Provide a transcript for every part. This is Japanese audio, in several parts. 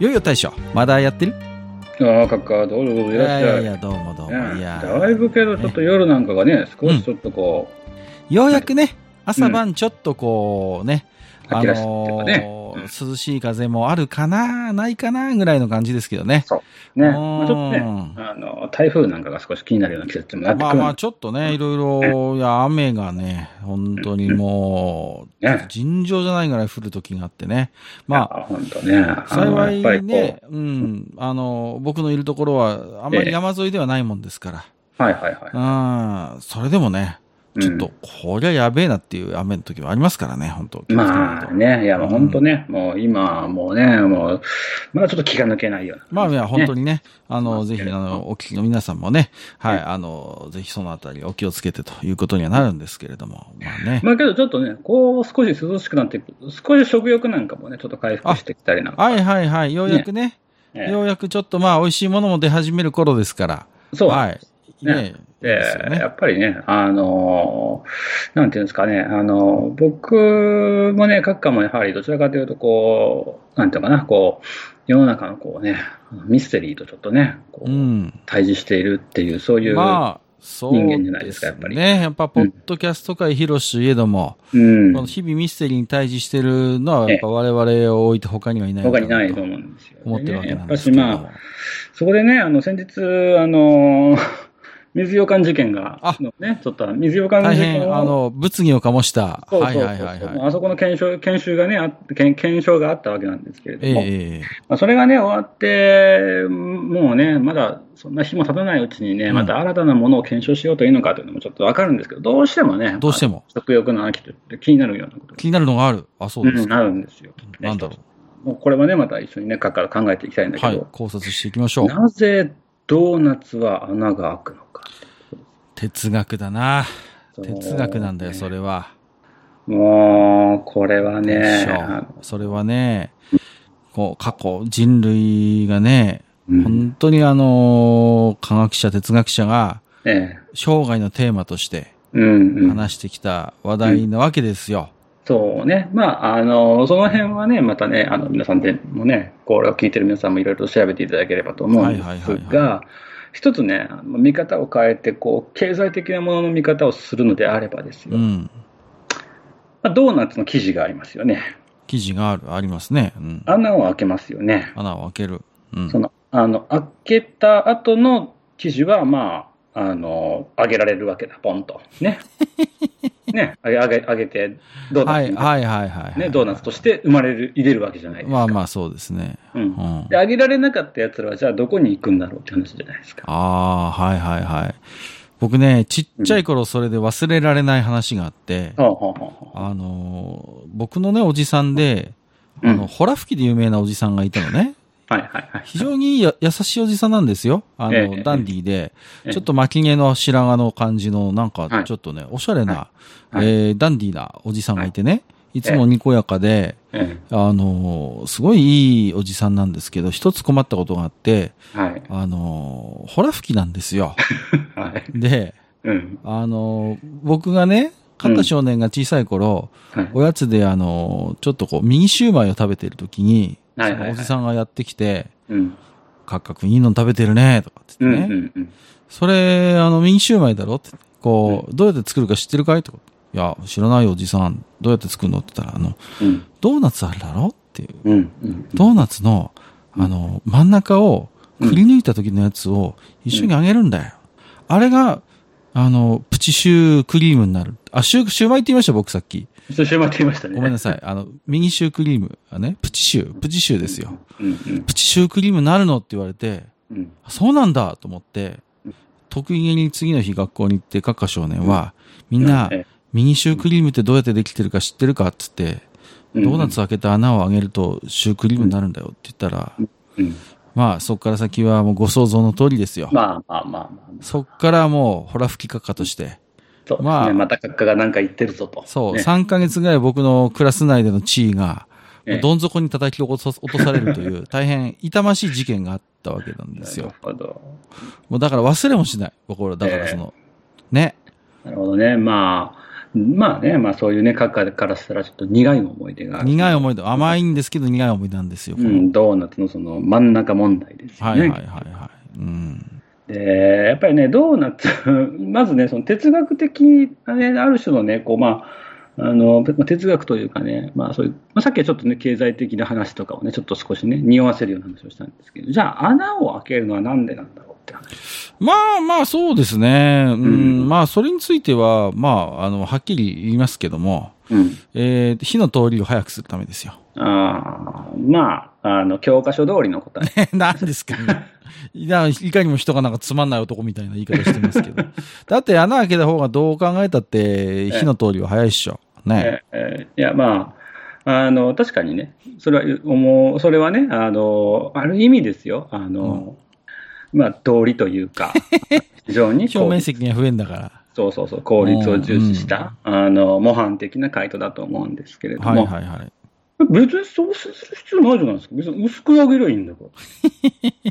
いよいよ大将、まだやってるああ、かっか、どうぞどうぞ、いいらっしゃい。やいや、どうもどうも。ねいや、だいぶけど、ちょっと夜なんかがね、少しちょっとこようやくね、朝晩ちょっとこうね、う、あ秋らしいっていうかのね。ー涼しい風もあるかな、ないかな、ぐらいの感じですけどね。ね、うんまあ、ちょっとね、あの、台風なんかが少し気になるような季節にもなってまくあるんまあ、ちょっとね、いろいろ、いや、雨がね、本当にもう、ね。尋常じゃないぐらい降る時があってね。まあ、本当ね。ああ、の幸やっぱりいこね、うん、あの、僕のいるところは、あんまり山沿いではないもんですから。う、はいはいはうん、それでもね、い。ちょっとう、こりゃやべえなっていう雨の時もありますからね、本当ん。まあね、いや、もう本当ね、もう今、もうね、もう、まだちょっと気が抜けないような。まあ、いや、本当に。にね、あの、そうぜですひ、ねあの、お聞きの皆さんもね、はい、ねあの、ぜひそのあたりお気をつけてということにはなるんですけれども、まあね。まあけどちょっとね、こう少し涼しくなってくる、少し食欲なんかもね、ちょっと回復してきたりなんか。はいはいはい、ようやくね、ええようやくちょっとまあ、美味しいものも出始める頃ですから、そう。はい。ねね、でですよねやっぱりね、あのーなんていうんですかね、あのー僕もね、閣下もやはりどちらかというと、こう、なんていうのかな、こう、世の中のこうね、ミステリーとちょっとね、こうう、ん。対峙しているっていう、そういう、まあ、そう人間じゃないですかやっぱりね、やっぱ、ポッドキャスト界広しといえども、うんこの、日々ミステリーに対峙してるのは、やっぱ我々を置いて他にはいないの他かにないとと思うんですよ、ね。思ってるわけなんですやけっれぱどしもまあ、。そこでね、あの、先日、あのー 水羊羹事件が、あのね、ちょっと水羊羹大事件変、あを、の、物議を醸した。そうそうはいそうはいはいもうはい。あそこの検証、研修がね、あ検検証があったわけなんですけれどええも、ええまあ、それがね、終わって、もうね、まだそんな日も経たないうちにね、うんまた新たなものを検証しようというのかというのもちょっとわかるんですけど、どうしてもね、どうしても、も食欲の秋というって気になるようなことが気になるのがある。あ、そうですうんなか。るんですよ。ねなんだろもうこれはね、また一緒にね、かから考えていきたいんだう。けはいど、。考察していきましょう。なぜドーナツは穴が開くのか。哲学だな。そう哲学なんだよ、それは。もう、これはでねし、ょそれはね、こう、過去、人類がね、うん本当にあの、科学者、哲学者が、ええ生涯のテーマとしてうんうん、話してきた話題なわけですよ。そうね。まあ、あの、その辺はね、またね、あの、皆さんでもね、これを聞いてる皆さんもいろいろと調べていただければと思うんですはいはいはいが、一つね、あの見方を変えて、こう、経済的なものの見方をするのであればですよ。うん。まあ、ドーナツの生地がありますよね。記事がある、ありますね。うん。穴を開けますよね。穴を開ける。うんそ。の、あの、開けた後の生地は、まあ、あの、揚げられるわけだ、ポンと。 ね。ね、揚げ、揚げ、揚げて、ドーナはツいに、はいはいはい。ね、ドーナツとして生まれる、入れるわけじゃないですか。まあまあそうですね。うんう。んで、。あげられなかったやつらは、じゃあどこに行くんだろうって話じゃないですか。ああー、はいはいはい。僕ね、ちっちゃい頃それで忘れられない話があって、ほうほうほうほあのー、僕のね、おじさんで、うあうの、んホラ吹きで有名なおじさんがいたのね。はいはいはい。非常にや優しいおじさんなんですよ。あええの、ダンディーでえ、えちょっと巻き毛の白髪の感じの、なんはかいちょっとね、おしゃれな、はいえーダンディーなおじさんがいてね、いつもにこやかで、えあのー、すごいいいおじさんなんですけど、一つ困ったことがあって、えはい。あのー、ホラ吹きなんです よ。はい。で、うん。あのー、僕がね、カカ少年が小さい頃、はい。おやつであのー、ちょっとこう、ミニシューマイを食べてる時に、はいはいはそのいおじさんがやってきて、うん。カッカ君いいの食べてるね、とかってう言んってね、うんうん。それ、あの、ミニシューマイだろって、こう、どうやって作るか知ってるかいとか、いや、知らないよおじさん、どうやって作るのって言ったら、あの、うんドーナツあるだろっていう。うんうん。ドーナツの、あの、真ん中をくり抜いた時のやつを一緒に揚げるんだよ。あれが、あの、プチシュークリームになる。あ、シュー、シューマイって言いました、僕さっき。一緒に待っていましたね。。ごめんないさい。あの、ミニシュークリーム。あね、プチシュー、プチシューですよ。うんうんプチシュークリームになるのって言われて、うん。あそうなんだと思ってうん、得意げに次の日学校に行って、カッカ少年は、みんなえ、えミニシュークリームってどうやってできてるか知ってるかっつって、うんドーナツ開けた穴を開げるとシュークリームになるんだよって言ったら、うん。まあ、そこから先はもうご想像の通りですよ。まあまあまあまあ。そこからもう、ほら吹きかかとして、そうですね。まあまた閣下が何か言ってるぞと。そう、ね3ヶ月ぐらい僕のクラス内での地位が、ええもうどん底に叩き落とさ落とされると いう、大変痛ましい事件があったわけなんですなよる。ほど。もうだから忘れもしない。僕は、だからその、ね。なるほどね。まあ、まあね、まあそういうね、閣下からしたらちょっと苦い思い出がある。苦いい。思い出、甘いんですけど苦い思い出なんですよ。こうれん、ドーナツのその真ん中問題ですよはね。いはいはいはい。うん。で、やっぱりね、ドーナツ、 まずね、その哲学的なね、ある種のね、こう、まあ、あの、まあ哲学というかね、まあそういう、まあ、さっきはちょっとね、経済的な話とかをね、ちょっと少しね、匂わせるような話をしたんですけど、じゃあ穴を開けるのはなんでなんだろうって話。まあまあそうですね。うん。うんまあそれについては、まあ、あの、はっきり言いますけども、うん。えー、火の通りを早くするためですよ。 ああ、まあ、あの、教科書通りの答え。え、何ですかね。 いや、いかにも人がなんかつまんない男みたいな言い方してます けど。だって穴開けた方がどう考えたって、火の通りは早いっしょ。ね。えーいや、まあ、あの、確かにね、それは、もう、それはね、あの、ある意味ですよ、あの、まあ、道理という か、非常にこう表面積が増えんだから。そうそうそう、効率を重視した、あの、模範的な回答だと思うんですけれども、はいはいはい。別にそうする必要ないじゃないですか。別に薄く上げればいいんだから。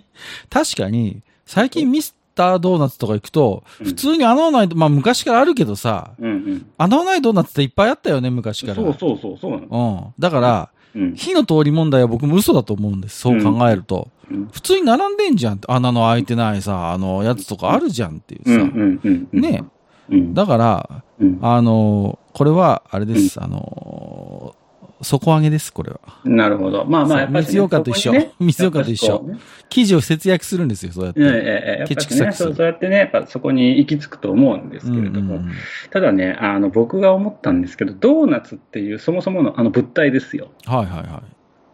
確かに、最近ミスタードーナツとか行くと、うん普通に穴のない、まあ昔からあるけどさ、うんうん。穴のないドーナツっていっぱいあったよね、昔から。そうそうそう、そうなの。うん。だから、うん。火の通り問題は僕も嘘だと思うんです。そう考えると。うん普通に並んでんじゃんって。穴の開いてないさ、あの、やつとかあるじゃんっていううさ。んうんうんうん。ねうん。だから、うんあの、これは、あれです。あの、底上げです、これは。なるほど。まあまあ、そうやっぱりね、水羊羹と一緒そこにね水羊羹と一緒やっぱりこうね生地を節約するんですよ、そうやっええて。ええええやっぱケチくりさねくするそう、そうやってね、やっぱそこに行き着くと思うんですけれども、うんうんうんただね、あの、僕が思ったんですけど、ドーナツっていうそもそものあの物体ですよ。はいはいは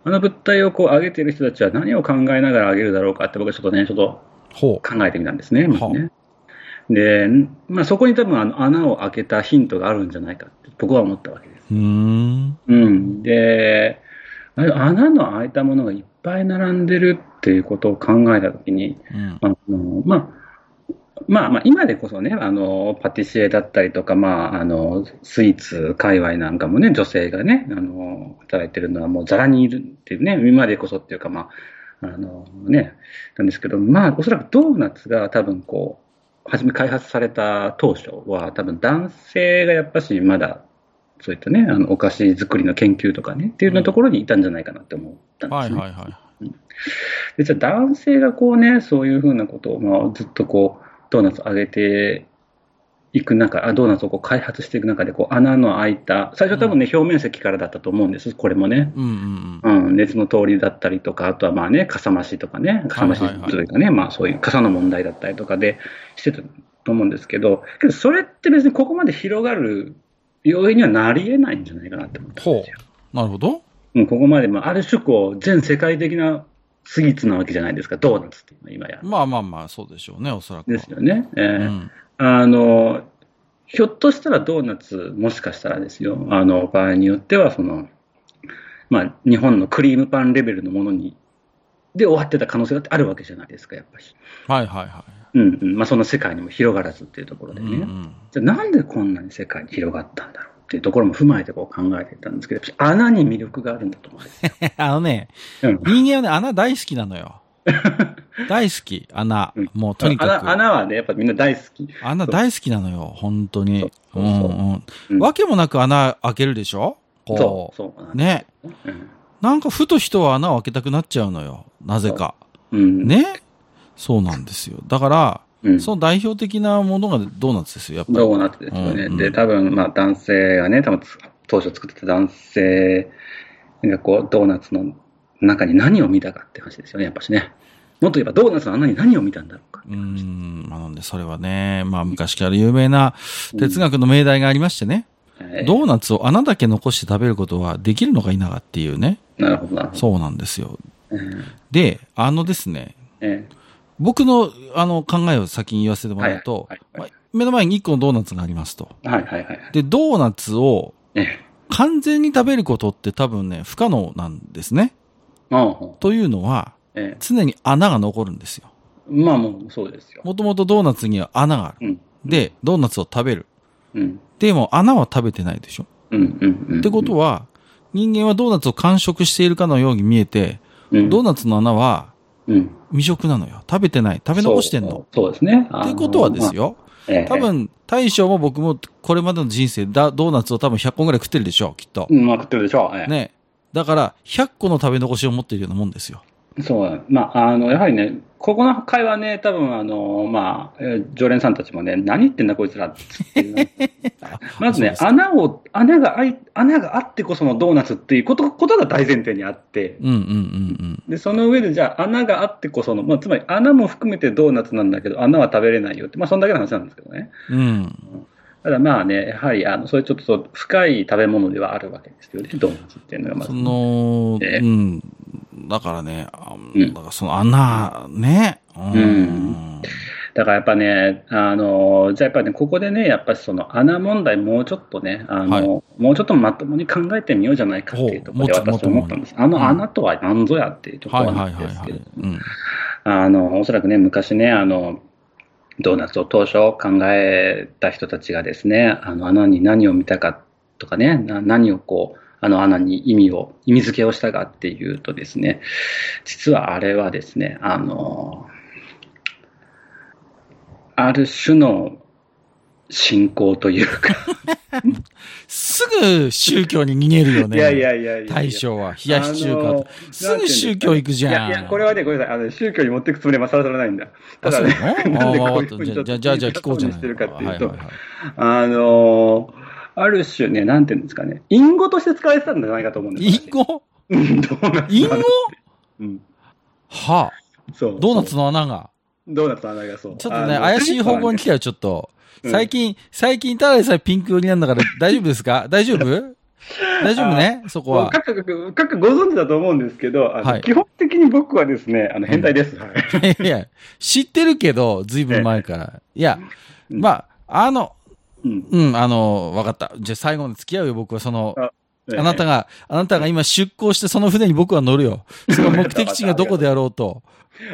あの物体をこう上げている人たちは何を考えながら上げるだろうかって僕はちょっとね、ちょっとい。ほう。考えてみたんですね、まずはね。で、まあ、そこに多分あの穴を開けたヒントがあるんじゃないかって僕は思ったわけです。うーん。うん。で、あれ穴の開いたものがいっぱい並んでるっていうことを考えたときに、うん。あのまあ、まあまあ、今でこそね、あの、パティシエだったりとか、まあ、あの、スイーツ界隈なんかもね、女性がね、あの、働いてるのはもうザラにいるっていうね、今でこそっていうか、まあ、あのね、なんですけど、まあ、おそらくドーナツが多分こう、初め開発された当初は、多分男性がやっぱしまだ、そういったね、あの、お菓子作りの研究とかね、っていうようなところにいたんじゃないかなって思ったんですね。はいはいはい。で、じゃあ男性がこうね、そういうふうなことを、まあ、ずっとこう、ドーナツ上げていく中、あドーナツをこう開発していく中で、こう、穴の開いた、最初は多分ね、表面積からだったと思うんです、これもね。うんうんうん、熱の通りだったりとか、あとはまあね、かさ増しとかね、かさ増しというかね、まあそういう傘の問題だったりとかでしてたと思うんですけど、けどそれって別にここまで広がる要因にはなり得ないんじゃないかなって思ったんほですよ。う。なるほど。うん、ここまで、まあ、ある種こう、全世界的なスイーツなわけじゃないですか、ドーナツっていうのは今や。まあまあまあ、そうでしょうね、おそらくは。ですよね。えうーん。あの、ひょっとしたらドーナツ、もしかしたらですよ、あの、場合によっては、その、まあ、日本のクリームパンレベルのものに、で終わってた可能性だってあるわけじゃないですか、やっぱり。はいはいはうんうん。まあ、その世界にも広がらずっていうところい。でうね。んうん。 じゃあなんでこんなに世界に広がったんだろうっていうところも踏まえてこう考えてたんですけど、やっぱり穴に魅力があるんだと思うんですよ。あのね、うん人間はね、穴大好きなの よ。大好き、穴うん。もうとにかく。穴穴はね、やっぱみんな大好き。穴大好きなのよ、本当に。うそうんそうそうう。うんんわけもなく穴開けるでしょそこう、そうなんう。ですね。よ。なんかふと人は穴を開けたくなっちゃうのよ。なぜか。うん。ね。そうなんですよ。だから、うん。その代表的なものがドーナツですよ、やっぱり。ドーナツですよね。うんうんで、多分、まあ、男性がね、多分つ、当初作ってた男性が、こう、ドーナツの中に何を見たかって話ですよね、やっぱしね。もっと言えば、ドーナツの穴に何を見たんだろうか。うーん、まあ、なんで、それはね、まあ、昔から有名な哲学の命題がありましてね、えードーナツを穴だけ残して食べることはできるのか否かっていうね、なるほど、なるほど。そうなんですよ。えーで、あのですね、え僕の、あの、考えを先に言わせてもらうと、はいはいはいまあ目の前に1個のドーナツがありますと。ーはいはいはいはい。で、ドーナツをええ完全に食べることって多分ね、不可能なんですね。ああ、というのは、ええ常に穴が残るんですよ。まあもうそうですよ。もともとドーナツには穴がある。うん。で、ドーナツを食べる。うん。でも穴は食べてないでしょ。うん。うん。うんってことは、人間はドーナツを完食しているかのように見えて、うんドーナツの穴はうん。未食なのよ。食べてない。食べ残してんの。そうそうですね。っってことはです。よ。まあええ多分、大将も僕もこれまでの人生だ、ドーナツを多分100個ぐらい食ってるでしょう、きっと。うん、まあ食ってるでしょう。ええね。だから、100個の食べ残しを持っているようなもんですよ。そう、まあ、あの、やはりね、ここの会はね、多分あの、まあ、えー常連さんたちもね、何言ってんだこいつらっていう。 まずね、そうです穴を、穴があい、穴があってこそのドーナツっていうこと、ことが大前提にあって、うんうんうんで、その上でじゃあ穴があってこその、まあ、つまり穴も含めてドーナツなんだけど、穴は食べれないよって、まあ、そんだけの話なんですけどね。うん。うん。ただまあね、やはり、あの、それちょっと深い食べ物ではあるわけですよね、ドーナツっていうのがまず。その、ええうん。だからね、あうんだからその穴、ね。うんうんだからやっぱね、あのじゃあやっぱね、ここでね、やっぱりその穴問題、もうちょっとね、あのはいもうちょっとまともに考えてみようじゃないかっていうところで、ほうもう私ちょは思ったんです。あうんの穴とは何ぞやっていうとこはいろはないんはいですはけいど、。うん。あのおそらくね、昔ね、あのドーナツを当初考えた人たちがですね、あの穴に何を見たかとかね、な何をこう、あの穴に意味を、意味付けをしたかっていうとですね、実はあれはですね、あの、ある種の信仰というか、すぐ宗教に逃げるよ ね。いやいやいやいや。大将は冷やし中華と。すぐ宗教行くじゃん。いやいや、これはね、ごめんなさい。あの、宗教に持っていくつもりはさらさらないんだ。ただね、あそうななのんであこわうかいっうふたじゃあ、うにちょっとじゃあ、じゃあ聞こうじゃない。してるかっていうはいと、はいはいあのーある種ね、なんていうんですかね、隠語として使われてたんじゃないかと思うんですインゴうんドーナツインゴのうんはあ、そう。ドーナツの穴が。ドーナツの穴がそう。ちょっとね、あの怪しい方向に来たよ、ちょっと。うん最近、最近、ただでさえピンク寄りなんだから、大丈夫ですか大丈夫大丈夫ねそこもうは。各々各々ご存知だと思うんですけど、あのはい基本的に僕はですね、あの変態です。はいいやいや、知ってるけど、ずいぶん前から。いや、うんまあ、あの、うんうん、あの、わかった。じゃあ最後に付き合うよ、僕は。その、あ あなたが、あなたが今出港してその船に僕は乗るよ。その目的地がどこであろうと、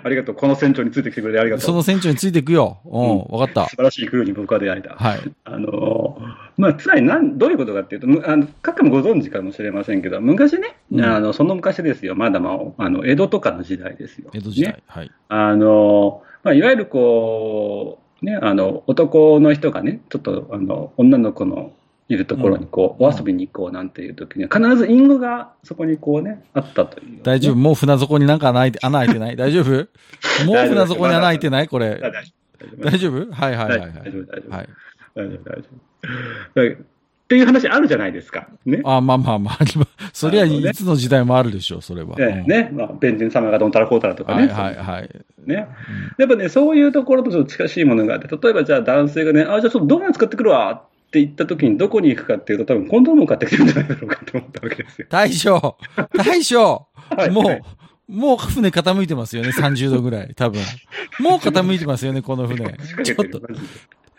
ありがとう。この船長についてきてくれてありがとう。その船長についていくよ。うん、わかった素。晴らしいクルーに僕は出会えた。はい。あのーまあ、つまりなんどういうことかっていうと、むあの各家もご存知かもしれませんけど、昔ね、うんあのその昔ですよ、まだ、まあ、あの江戸とかの時代ですよ。江戸時代。ねはい。あのーまあ、いわゆるこう、ね、あの男の人がね、ちょっとあの女の子のいるところにこう、うんお遊びに行こうなんていう時には、必ず隠語がそこにこうね、あったという、大丈夫、ねもう船底になんか穴開いて、穴開いてない大丈夫もう船底に穴開いてないこ大丈れ。夫大大丈夫はいはいはい丈は夫、大い。丈夫、大丈夫。はい。大丈夫、大丈夫。だっていう話あるじゃないですか。ね。あまあまあまあ、そりゃなるほどねいつの時代もあるでしょう、それは。ええうんね。まあ、ベンジン様がどんたらこうたらとかはいね。はいはい。ね。やっぱね、そういうところとちょっと近しいものがあって、例えばじゃあ男性がね、あ、じゃあちょっとドーナツ買ってくるわって言った時にどこに行くかっていうと、多分コンドームを買ってきてるんじゃないだろうかと思ったわけですよ。大将大将はいもはうい、もう船傾いてますよね、30度ぐらい、多分。もう傾いてますよね、この船。仕掛ちけょてっとる、マジで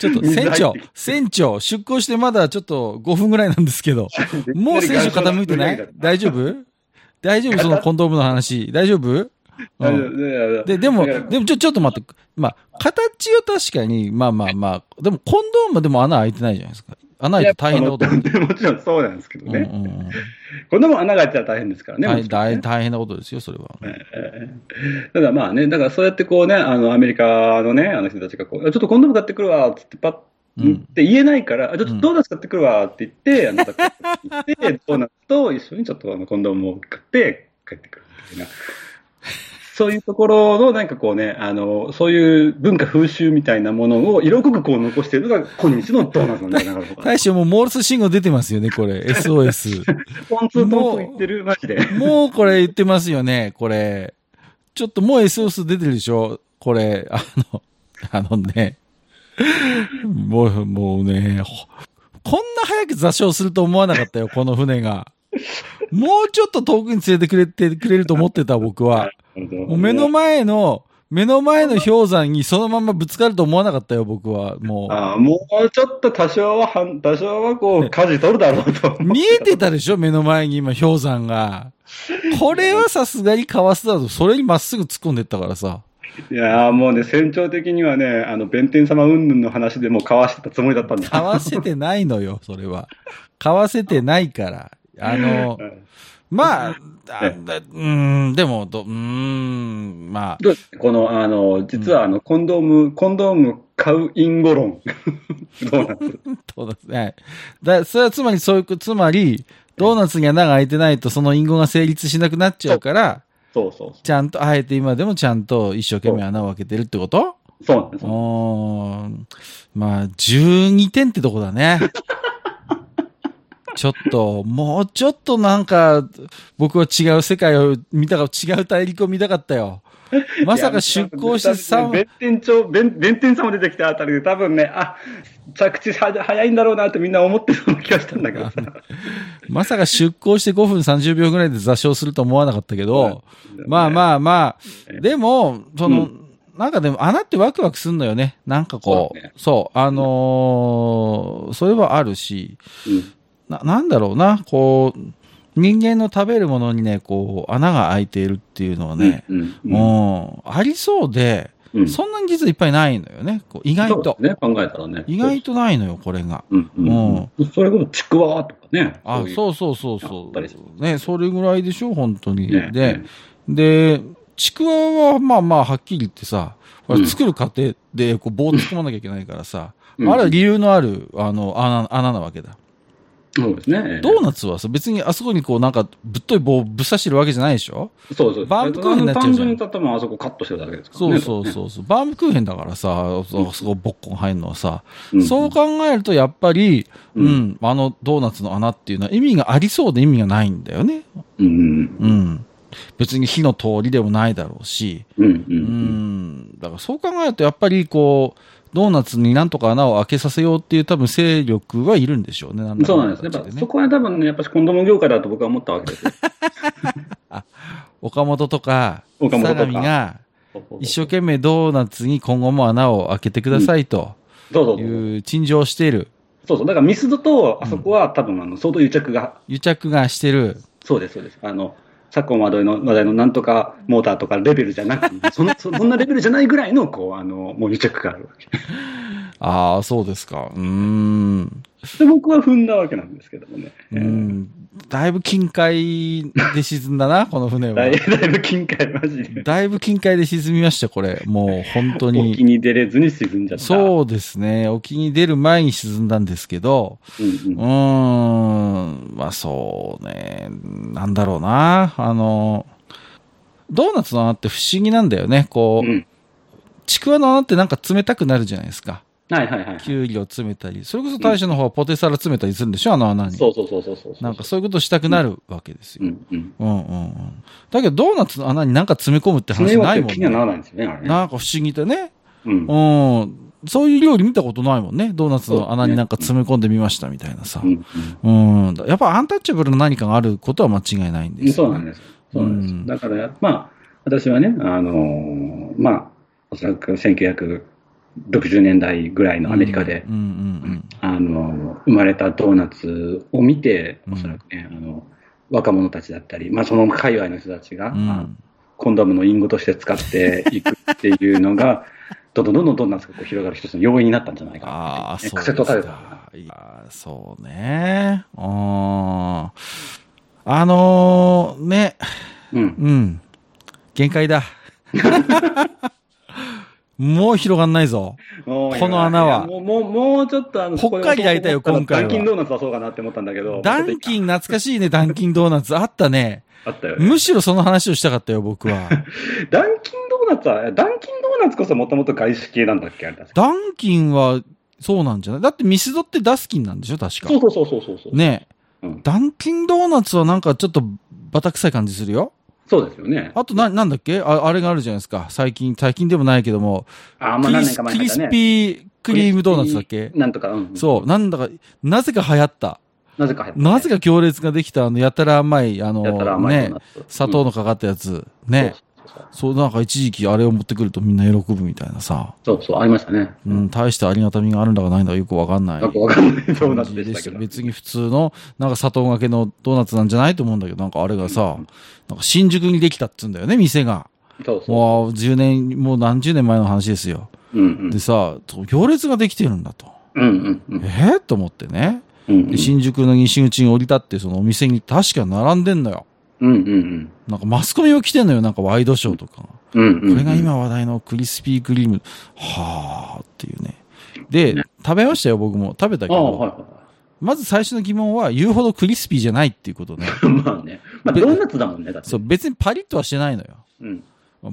ちょっと、水船入ってきて長、船長、出港してまだちょっと5分ぐらいなんですけど、もう船長傾いてない大丈夫大丈夫そのコンドームの話。大丈夫大うん丈夫いやいやで、でも、だからでもちょ、ちょっと待って。まあ、形は確かに、まあまあまあ、でもコンドームでも穴開いてないじゃないですか。穴開いて大変なこと。いやもちろんそうなんですけどうんうね。んうんこんなもん穴が開いたら大変ですからね。も大ちろんね大大変なことですよ、それは。ええただまあね、だからそうやってこうね、あのアメリカのね、あの人たちがこう、あちょっとコンドーム買ってくるわっつって、パッうんって言えないから、あちょっうとんドーナツ買ってくるわって言って、あの買って行って、 ドーナツと一緒にちょっとあのコンドームを買って帰ってくるみたいな。そういうところのなんかこうね、あの、そういう文化風習みたいなものを色濃くこう残しているのが今日のドーナツなんだよな、 大将もうモールス信号出てますよね、これ。SOS。ポンツーポンツー言ってる、マジで。もうこれ言ってますよね、これ。ちょっともう SOS 出てるでしょこれ、あの、あのね。もう、もうね、ほこんな早く座礁すると思わなかったよ、この船が。もうちょっと遠くに連れてくれてくれると思ってた、僕は。もう目の前の、目の前の氷山にそのままぶつかると思わなかったよ、僕は。もあーもうちょっと多少ははん、多少はこう、舵取るだろうとう。。見えてた。たでしょ目の前に今氷山が。これはさすがにかわすだと、それにまっすぐ突っ込んでったからさ。いやーもうね、船長的にはね、あの、弁天様云々の話でもうかわしてたつもりだったんだ。かわせてないのよ、 それは。かわせてないから。あの、まあ、あだうーん、でも、どうーん、まあ、どうですこの、あの、実はあの、コンドーム、コンドーム買う因果 論。どうなんですそうですね。だ、それはつまりそういうこ、つまり、ドーナツに穴が開いてないとその隠語が成立しなくなっちゃうから、そうそうそちゃんと、あえて今でもちゃんと一生懸命穴を開けてるってことう。そうなんですう。ーん。まあ、12点ってとこだね。ちょっと、もうちょっとなんか、僕は違う世界を見たか、違う大陸を見たかったよ。まさか出航してさ3、弁天長、弁弁天様出てきたあたりで多分ね、あ、着地は早いんだろうなってみんな思ってた気がしたんだけどさ。まさか出航して5分30秒ぐらいで座礁すると思わなかったけど、まあまあまあ、でも、その、うなんかでも穴ってワクワクすんのよね。なんかこう、そそうう,、ねあのーそれはあるし、うん。な、なんだろうな、こう、人間の食べるものにね、こう、穴が開いているっていうのはね、うん。う、うんんありそうで、うん。そんなに実はいっぱいないのよね。こう意外そとう、ですね、考えたらね。意外とないのよ、これが。うんうんうんそれこそちくわとかね。あ、うそうそうそうあっそたりするう。ね、それぐらいでしょ、本当に。いうね。でね、で、ちくわはまあまあはっきり言ってさ、ほうらん作る過程でこう棒突っ込まなきゃいけないからさ、うんあれは理由のあるあの穴穴なわけだ。そうですね。ドーナツはさ、別にあそこにこうなんかぶっとい棒ぶっ刺してるわけじゃないでしょそうそう。バウムクーヘンになっちゃうじゃん単純にたったまあそこカットしてるだけですからそね。うそうそうそう。バームクーヘンだからさ、そそこぼっこが入るのはさ、うんそう考えるとやっぱり、ううんん、あのドーナツの穴っていうのは意味がありそうで意味がないんだよね。うん。うん。別に火の通りでもないだろうし、うん。うん。う。うんんだからそう考えると、やっぱりこう、ドーナツになんとか穴を開けさせようっていう多分勢力はいるんでしょうね。らかそうなんですね。やっぱ形でそこは多分ね、やっぱしコンドーム業界だと僕は思ったわけですよ。岡本とか、岡本とか相模がそうそうそう 一生懸命ドーナツに今後も穴を開けてくださいとそうそういそう。う陳情をしている、そうそう。だからミスドとあそこは多分あの相当癒着が、癒着がしてる。そうです、そうです。あの、昨今話題の話題のなんとかモーターとかレベルじゃな くて、そのそそんなレベルじゃないぐらいの、こう、あの、もう癒着があるわけ。ああ、そうですか。うーん。で、僕は踏んだわけなんですけどもね。うーん。だいぶ近海で沈んだな、こ の船だは。いだいぶ近海、マジで。だいぶ近海で沈みました、これ。もう本当に。沖に出れずに沈んじゃった。そうですね。沖に出る前に沈んだんですけど、うんうんうーん、まあそうね、なんだろうな。あの、ドーナツの穴って不思議なんだよね。こう、うんちくわの穴ってなんか冷たくなるじゃないですか。はいはいはい。きゅうりを詰めたり。それこそ大将の方はポテサラ詰めたりするんでしょあの穴に。そうそうそうそうそう。なんかそういうことしたくなるわけですうよ。んうん。うん、うんうん。だけどドーナツの穴になんか詰め込むってそれ話はない結構もん気にはならね。ないんですよね、あれね。なんか不思議でね。うん。うん。そういう料理見たことないもんね。ドーナツの穴になんか詰め込んでみましたみたいなさう。んうん。やっぱアンタッチャブルの何かがあることは間違いないんうでんすそうなんね。ですよ。そうなんですうんよ。だから、まあ、私はね、あのー、まあ、おそらく1960年代ぐらいのアメリカで、うんうんあのー、生まれたドーナツを見て、うんおそらくね、あの、若者たちだったり、まあ、その界隈の人たちが、うん。うあん。コンドームの隠語として使っていくっていう のが、どんどんどんどんドーナツがこう広がる一つの要因になったんじゃないかな。ああ、そうで癖すとされたか。いやそうね。うん。あのー、ね。うん。うん。限界だ。 もう広がんないぞ。ここの穴はいやもう、もう、もうちょっとあの、ほっかり焼いたよこれ今回はダンキンドーナツ出そうかなって思ったんだけど。ダンンキン懐かしいね、ダンキンドーナツ。あったね。あったよね。むしろその話をしたかったよ、僕 は。ダンキンドーナツは、ダンキンドーナツこそもともと外資系なんだっけあれ確かダンキンは、そうなんじゃないだってミスドってダスキンなんでしょ確かそ。うそうそうそうそう。。ねえ、うんダンキンドーナツはなんかちょっとバタ臭い感じするよ。そうですよね。あとな、なんだっけああれがあるじゃないですか。最近、最近でもないけども。あ、まあク何リ年スか前クリに入ったスピね。ークリームドーナツだっけ、なんとか、うん。そう。なんだか、なぜか流行った。なぜか入ったね。なぜか行列ができた、あの、やたら甘い、あの、やったら甘いドーねナ、ツ。砂糖のかかったやつ。ね。そうそうそう、なんか一時期あれを持ってくるとみんな喜ぶみたいなさ。そうそう、ありましたね。うん、大してありがたみがあるんだかないんだかよくわかんないなんかわかんないドーナ感ツじででしたしけた。ど。別に普通の、なんか砂糖がけのドーナツなんじゃないと思うんだけど、なんかあれがさ、なんか新宿にできたっつうんだよね、店が。そうそもう10年、もう何十年前の話ですよ。う。うんでさ、行列ができてるんだと。うん。うんうんうん。えー、と思ってね。うんうんで新宿の西口に降り立って、そのお店に確か並んでんのよ。うんうんなんかマスコミを着てんのよ、なんかワイドショーとか。うん。うんうん。これが。今話題のクリスピークリーム。はーっていうね。で、食べましたよ、僕も。食べたけああ、ど、はいはまず最初の疑問は、言うほどクリスピーじゃないっていうことね。い。 まあね。まあ、ドーナツだもんね、だって。そう、別にパリッとはしてないのよ。うん。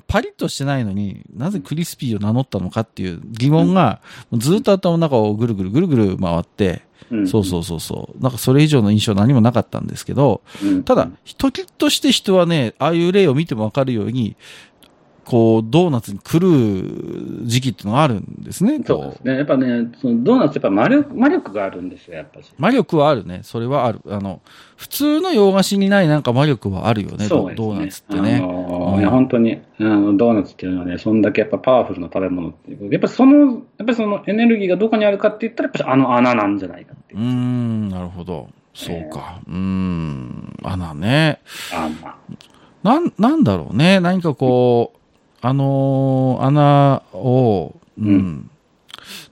パリッとしてないのに、なぜクリスピーを名乗ったのかっていう疑問が、ずーっと頭の中をぐるぐるぐるぐる回って、うん。そうそうそうそう。なんかそれ以上の印象は何もなかったんですけど、うん。ただ、人として人はね、ああいう例を見てもわかるように、こう、ドーナツに狂う時期っていうのがあるんですね。そうこですね。やっぱね、そのドーナツやっぱ魔力魔力があるんですよ、やっぱし。魔力はあるね。それはある。あの、普通の洋菓子にないなんか魔力はあるよね。そうドですね。ドーナツってね。あのーうんいや本当に、あの、ドーナツっていうのはね、そんだけやっぱパワフルな食べ物っていうことで、やっぱその、やっぱりそのエネルギーがどこにあるかって言ったら、やっぱりあの穴なんじゃないかっていうう。ーん、なるほど。そうか。うーん、穴ね。穴。なん、なんだろうね。何かこう、あのー穴を、うん、うん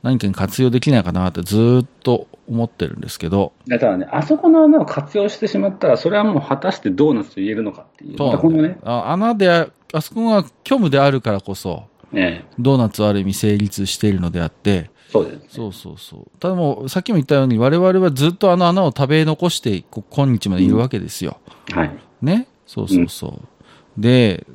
何かに活用できないかなってずーっと思ってるんですけど、だからね、あそこの穴を活用してしまったら、それはもう果たしてドーナツと言えるのかっていう。そうまなたんこだのよね、あ穴であ、あそこが虚無であるからこそ、ねドーナツはある意味成立しているのであって、そうです、ね。そうそうそう。ただもう、さっきも言ったように、我々はずっとあの穴を食べ残して、こ今日までいるわけですよ。はい。ね。そうそうそう。で、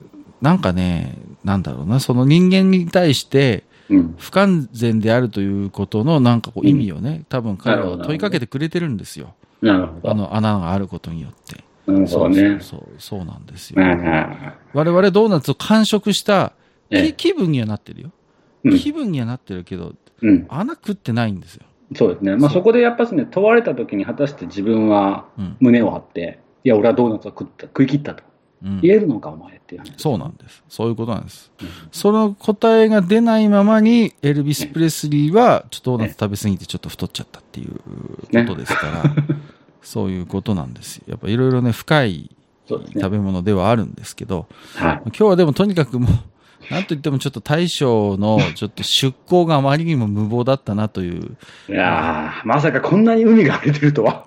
なんかね、なんだろうな、その人間に対して、うん。不完全であるということのなんかこう意味をね、多分彼らは問いかけてくれてるんですよ。なるほあど。の穴があることによって。なるほどね。そうそうそう、そうなんですうよ。んうん我々ドーナツを完食したきええ気分にはなってるよ。うん気分にはなってるけど、うん、穴食ってないんですよ。そうですね、まあ、そうそこでやっぱり、ね、問われた時に、果たして自分はうん。胸を張って、いや、俺はドーナツを食った食い切ったとうん言えるのか、お前っていう話。そうなんです。そういうことなんです。うんその答えが出ないままに、エルビス・プレスリーは、ちょっとドーナツ食べ過ぎてちょっと太っちゃったっていうことですから、そういうことなんですよ。やっぱいろいろね、深いそうですね。食べ物ではあるんですけど、はい。今日はでもとにかくもう、 なんといってもちょっと大将のちょっと出向があまりにも無謀だったなという。 いやーまさかこんなに海が荒れてるとは。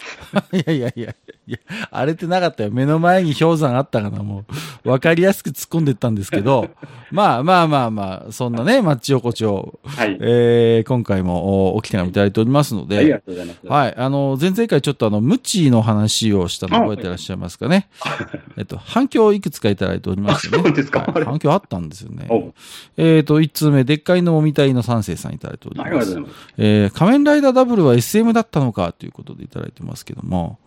いやいやいやいや、荒れてなかったよ。目の前に氷山あったからもう、わかりやすく突っ込んでったんですけど、 まあまあまあまあ、そんなね、マッチ横丁、はい。えー、今回もおおき手紙いただいておりますのありがで、とうございます。はい、あの、前々回ちょっとあの、無知の話をしたの覚えてらっしゃいますかね。えっと、反響をいくつかいただいておりましてあね。そうですかはい反響あったんですよね。おうえっ、と、1通目、でっかいのもみたいの三世さんいただいておりまあす。りがとうございます。えー仮面ライダーダブルは SM だったのかということでいただいてますけども、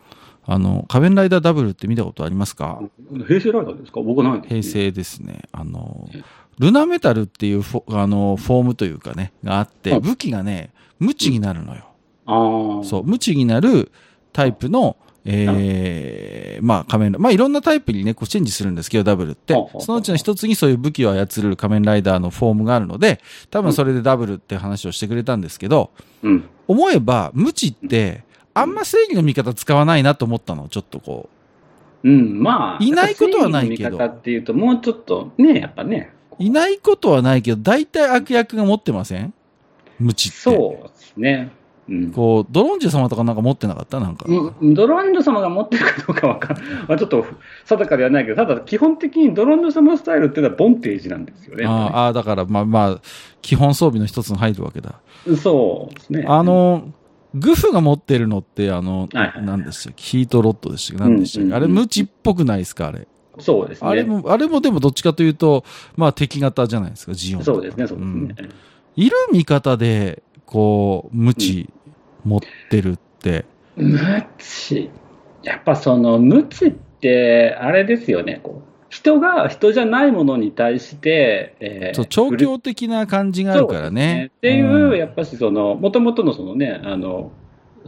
あの、仮面ライダーダブルって見たことありますか平成ライダーですか僕ないです、平。成ですね。あのうん、ルナメタルっていうフォあのフォームというかね、があって、うん武器がね、無知になるのよ。ああ。そう、無知になるタイプの、えーまあ仮面ライダー、まあいろんなタイプにね、こうチェンジするんですけど、ダブルってほうほうほ。うそのうちの一つにそういう武器を操る仮面ライダーのフォームがあるので、多分それでダブルって話をしてくれたんですけど、う。うん。思えば、無知って、あんま正義の味方使わないなと思ったの、ちょっとこうん、まあ。いないことはないけどやっぱ正義の味方っていうと、もうちょっと、ね、やっぱね。う。いないことはないけど、大体悪役が持ってません無知って。そうですね。うん。こう、ドロンジェ様とかなんか持ってなかったなんか。うんドロンド様が持ってるかどうかわかん まあ、ちょっと定かではないけど、ただ基本的にドロンド様スタイルっていうのはボンテージなんですよね。あーあー、だから、まあまあ、基本装備の一つに入るわけだ。そうですね。 あ、の、グフが持ってるのって、あの、はいはい何でしたっけヒートロッドでしたっけ何でしたっうんうけんあうんれ、無知っぽくないですかあれ。そうですね。あれも、あれもでもどっちかというと、まあ敵型じゃないですか、ジオンとか。そうですね、そうですんね。いる味方で、こう、無知持ってるって。無知。やっぱその無知って、あれですよね、こう。人が人じゃないものに対して、えーそう、調教的な感じがあるからね。そうですねっていう、んやっぱしその、もともとのそのね、あの、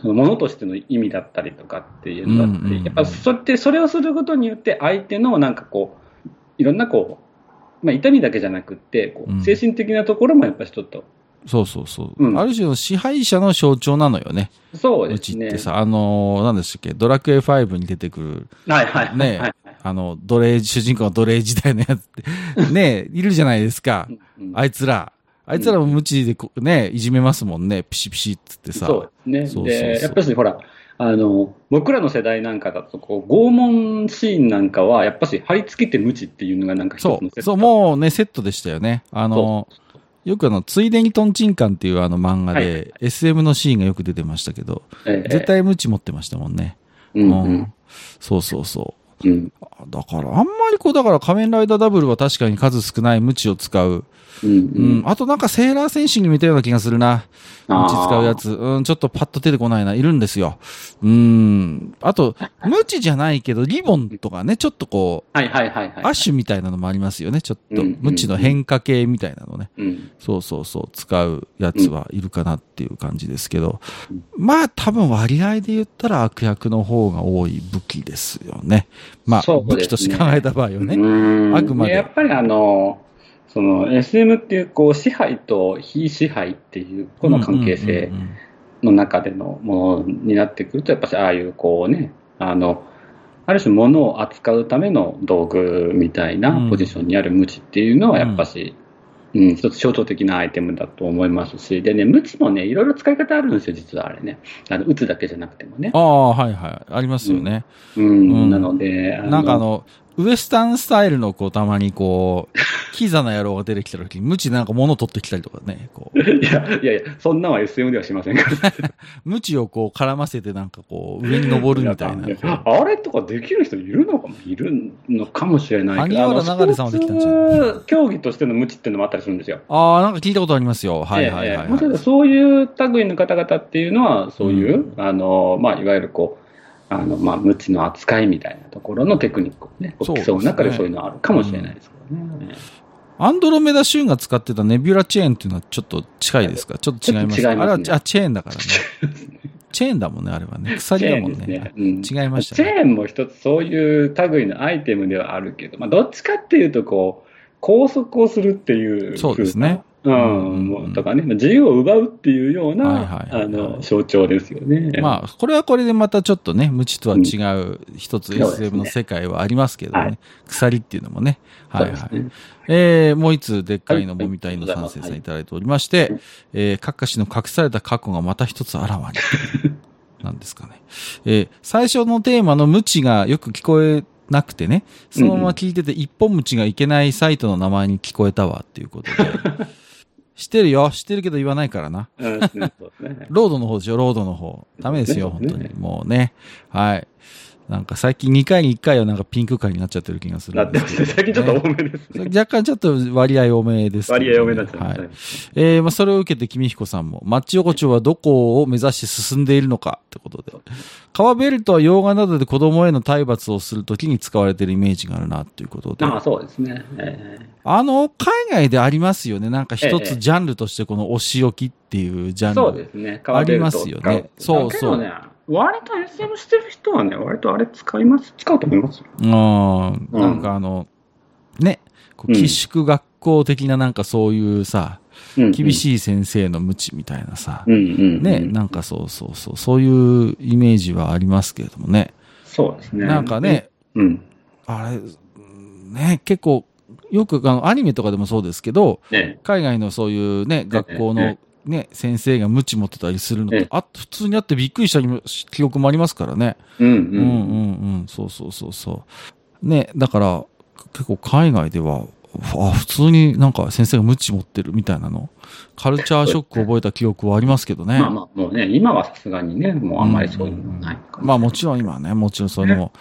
そのものとしての意味だったりとかっていうのがあって、うんうんうんやっぱそれって、それをすることによって、相手のなんかこう、いろんなこう、まあ、痛みだけじゃなくって、こうんう精神的なところもやっぱしちょっと、そうそうそう。うんある種の支配者の象徴なのよね。そううでちすっね。てさ、あのー、何でしたっけ、ドラクエ5に出てくはいはいる、はい、ね、はいあの、奴隷、主人公の奴隷時代のやつ って、ね、いるじゃないですか。うんあいつら。あいつらも無知でこね、いじめますもんね。ピシピシっつってさ。そうですそうね。そうそうで、やっぱしほら、あの、僕らの世代なんかだと、こう、拷問シーンなんかは、やっぱし貼り付けて無知っていうのがなんか一つのそセッう。トそう、もうね、セットでしたよね。あの、よくあの、ついでにトンチンカンっていうあの漫画で、はいは SM のシーンがよく出てましたけど、ええ絶、対無知持ってましたもんね。うんううんんそうそうそう。うんだから、あんまりこう、だから仮面ライダーダブルは確かに数少ない無知を使う。ううんん。あとなんかセーラー戦士に似たような気がするな。無あー知使うやつ。うん、ちょっとパッと出てこないな。いるんですよ。うん。あと、無知じゃないけど、リボンとかね、ちょっとこう、はいはいはいはい。アッシュみたいなのもありますよね。ちょっと、うん無知の変化系みたいなのね。うんそうそうそう、使うやつはいるかなっていう感じですけどうん。まあ、多分割合で言ったら悪役の方が多い武器ですよね。まあ、そうですね武器として考えた場合はね。うんあくまでやっぱりあの、その SM っていうこう支配と非支配っていうこの関係性うんうんうんうんの中でのものになってくると、やっぱしああいうこうね、あの、ある種物を扱うための道具みたいなうんポジションにある無知っていうのはうやんっぱし、うん、一つ象徴的なアイテムだと思いますし、でね、無知もね、いろいろ使い方あるんですよ、実はあれね。あの、打つだけじゃなくてもね。ああ、はいはい。ありますよね。うん、うんなので、あのなんかあの、ウエスタンスタイルのこう、たまにこう、キザな野郎が出てきた時に、無知でなんか物取ってきたりとかね、こ う、いや、いやいや、そんなんは SM ではしませんから。無知をこう絡ませてなんかこう、上に登るみたいな。こうあれとかできる人いるのかもいるのかもしれない萩けど、原あの流れさんはできたんじゃないスポーツ競技としての無知っていうのもあったりするんですよ。ああ、なんか聞いたことありますよ。はいはいはい、ええもちろんはい。そういう類の方々っていうのは、そういう、あの、まあ、いわゆるこう、あの、まあ、無知の扱いみたいなところのテクニックをね、こうそうですね競う中でそういうのはあるかもしれないですけどね。ええアンドロメダ・シューンが使ってたネビュラチェーンっていうのはちょっと近いですかちょっと違いますちょかっと違いますねあれはあチェーンだからね。チェーンだもんね、あれはね。チ鎖ェだーもンんですね。ね。うん違いましたチね。ェーンも一つそういう類のアイテムではあるけど、まあ、どっちかっていうとこう、拘束をするっていう風なそうですね。ううんうんん、もうとかね、自由を奪うっていうような、はいはいはいはいあの象徴ですよね。まあ、これはこれでまたちょっとね、無知とは違う、一つそうですね SM の世界はありますけどはね。鎖っていうのもね。そはういではすい。ねえー、もう一つ、でっかいのはいもみたいの三世さはんいいただいておりまして、はいえー、各歌詞の隠された過去がまた一つあらわに。 なんですかね。えー、最初のテーマの無知がよく聞こえなくてね、そのまま聞いてて一本無知がいけないサイトの名前に聞こえたわっていうことで。 知ってるよ、知ってるけど言わないからな。 うんそうですねロードの方ですよ、ロードの方。ダメですよ、そう本です当ねに。もうね。はい。なんか最近2回に1回はなんかピンク回になっちゃってる気がするなっんてでますすけどね。最近ちょっと多めですね。若干ちょっと割合多めですけどね、割合多めになっちゃいまはすいね。えーまあ、それを受けて君彦さんも、マッチ横丁はどこを目指して進んでいるのかってことで。革ベルトは洋画などで子供への体罰をするときに使われているイメージがあるなっていうことで。ああ、そうですね。えあの、海外でありますよね。なんか一えつえジャンルとしてこのお仕置きっていうジャえンル。そうですね。ありますよね革ベルトを使そうそうだけどね、割と SM してる人はね、割とあれ使います、使うと思いますよ。うん。うんなんかあの、ね、こううん寄宿学校的ななんかそういうさ、うん厳しい先生の無知みたいなさ、うんうん。ね、うんなんかそうそうそう、そういうイメージはありますけれどもね。そうですね。なんかね、うん。あれ、うんね、結構、よくあのアニメとかでもそうですけど、ね海外のそういうね、学校えのね、先生が無知持ってたりするのっえてえ、あ、普通にあってびっくりしたりも記憶もありますからね。うんうんうんうん、そうそうそうそう。ね、だから、結構海外では、あ、普通になんか先生が無知持ってるみたいなの、カルチャーショックを覚えた記憶はありますけどね。まあまあ、もうね、今はさすがにね、もうあんまりそういうのないかまあもちろん今はね、もちろんそれも、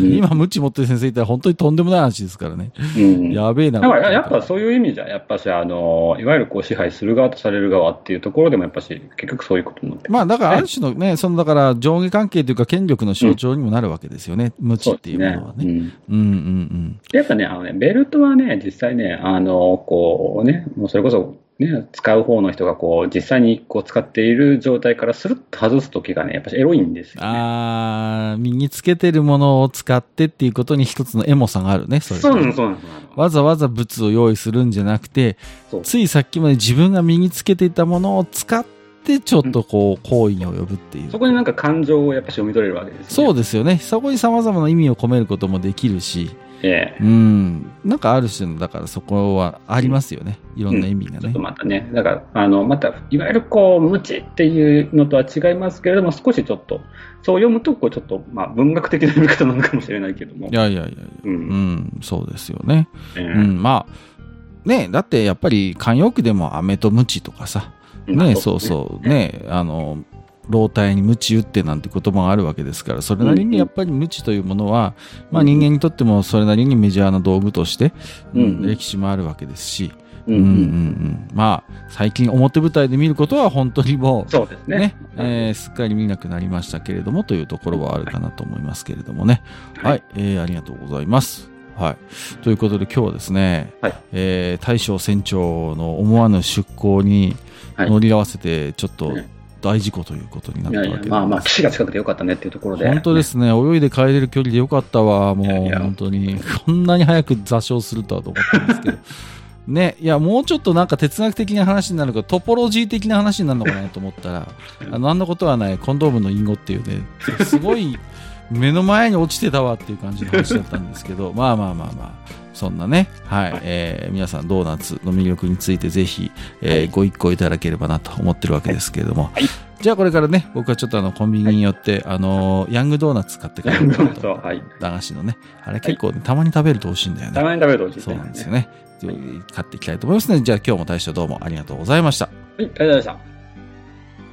うん今無知持ってる先生いたら本当にとんでもない話ですからね。うんやべえな。だからやっぱそういう意味じゃ、やっぱし、あの、いわゆるこう支配する側とされる側っていうところでも、やっぱし、結局そういうことになってくるまあだからある種のね、そのだから上下関係というか権力の象徴にもなるわけですよね。無知そっていうものはね。うですねううんんうんうん。でやっぱね、あのね、ベルトはね、実際ね、あの、こうね、もうそれこそ、ね、使う方の人がこう、実際にこう使っている状態からスルッと外すときがね、やっぱりエロいんですよね。あー身につけてるものを使ってっていうことに一つのエモさがあるね、それ。そうなの、そうなの。そうなのわざわざ物を用意するんじゃなくてそう、ついさっきまで自分が身につけていたものを使って、ちょっとこう、行為に及ぶっていうそ。こになんか感情をやっぱし読み取れるわけです、ね。そうでですよね。そこに様々な意味を込めることもできるし、す。ええうん。なんかある種の、だからそこはありますよね。いろんな意味がちょねっと。またね、だから、あの、また、いわゆるこう、無知っていうのとは違いますけれども、少しちょっと、そう読むと、こう、ちょっと、まあ、文学的な読み方なのかもしれないけどもい。やいやいやいや。う。うんん、そうですよね。ええうん、まあ、ねだってやっぱり慣用句でも飴と鞭とかさ、まあねそうそう、ねあの、老体に鞭打ってなんて言葉があるわけですから、それなりにやっぱり鞭というものは、まあ人間にとってもそれなりにメジャーな道具として、うんうん歴史もあるわけですし、う。う。うんうんうんんまあ、最近表舞台で見ることは本当にもう、そうですね。ねえーすっかり見なくなりましたけれどもというところはあるかなと思いますけれどもね。はい、はえーありがとうございます。はい、ということで今日はですね、はいえー大将船長の思わぬ出航にはい乗り合わせてちょっとうん大事故ということになっいたわやけいでや、まあまあ、岸が近くてよかったねっていうところで。本当 ですね泳いで帰れる距離でよかったわもういやいや本当にこんなに早く座礁するとはと思ったんです けどねいやもうちょっとなんか哲学的な話になるかトポロジー的な話になるのかなと思ったらあのあんなことはないコンドームの隠語っていうねすごい目の前に落ちてたわっていう感じの話だったんですけど まあまあまあまあそんなね、はいえー皆さんドーナツの魅力についてぜひ、えーはいご一行いただければなと思ってるわけですけれども、じゃあこれからね、僕はちょっとあのコンビニに寄って、あのー、ヤングドーナツ買って帰ヤろンう グかドなーナツと。は、はい。駄菓子のね。あれ結構ね、たまに食べると美味しいんだよたね。まに食べると美味しいそうなんですよね。ね。ぜひ買っていきたいと思いますね。じゃあ今日も大将どうもありがとうございました。はい、ありがとうございました。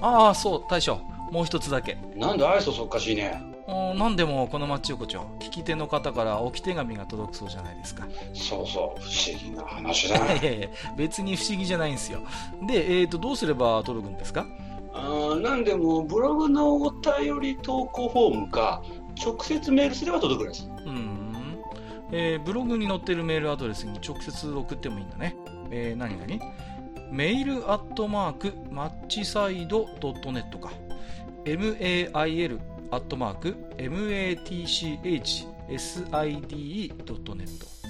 ああそう大将もう一つだけなんで愛想そっかしいねなんでもこのマッチ横丁聞き手の方から置き手紙が届くそうじゃないですかそうそう不思議な話だいやいや別に不思議じゃないんですよで、えー、とどうすれば届くんですかあーなんでもブログのお便り投稿フォームか直接メールすれば届くんですうーん、えーブログに載ってるメールアドレスに直接送ってもいいんだねえー、何何メールアットマークマッチサイドドットネットか mail アットマーク matchside.net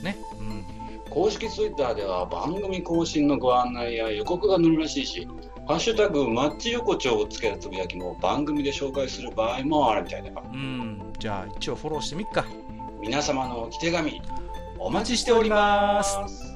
ね、うん、公式ツイッターでは番組更新のご案内や予告が載るらしいし「ハッシュタグマッチ横丁」をつけたつぶやきも番組で紹介する場合もあるみたいだようん、じゃあ一応フォローしてみっか。皆様のお手紙お待ちしております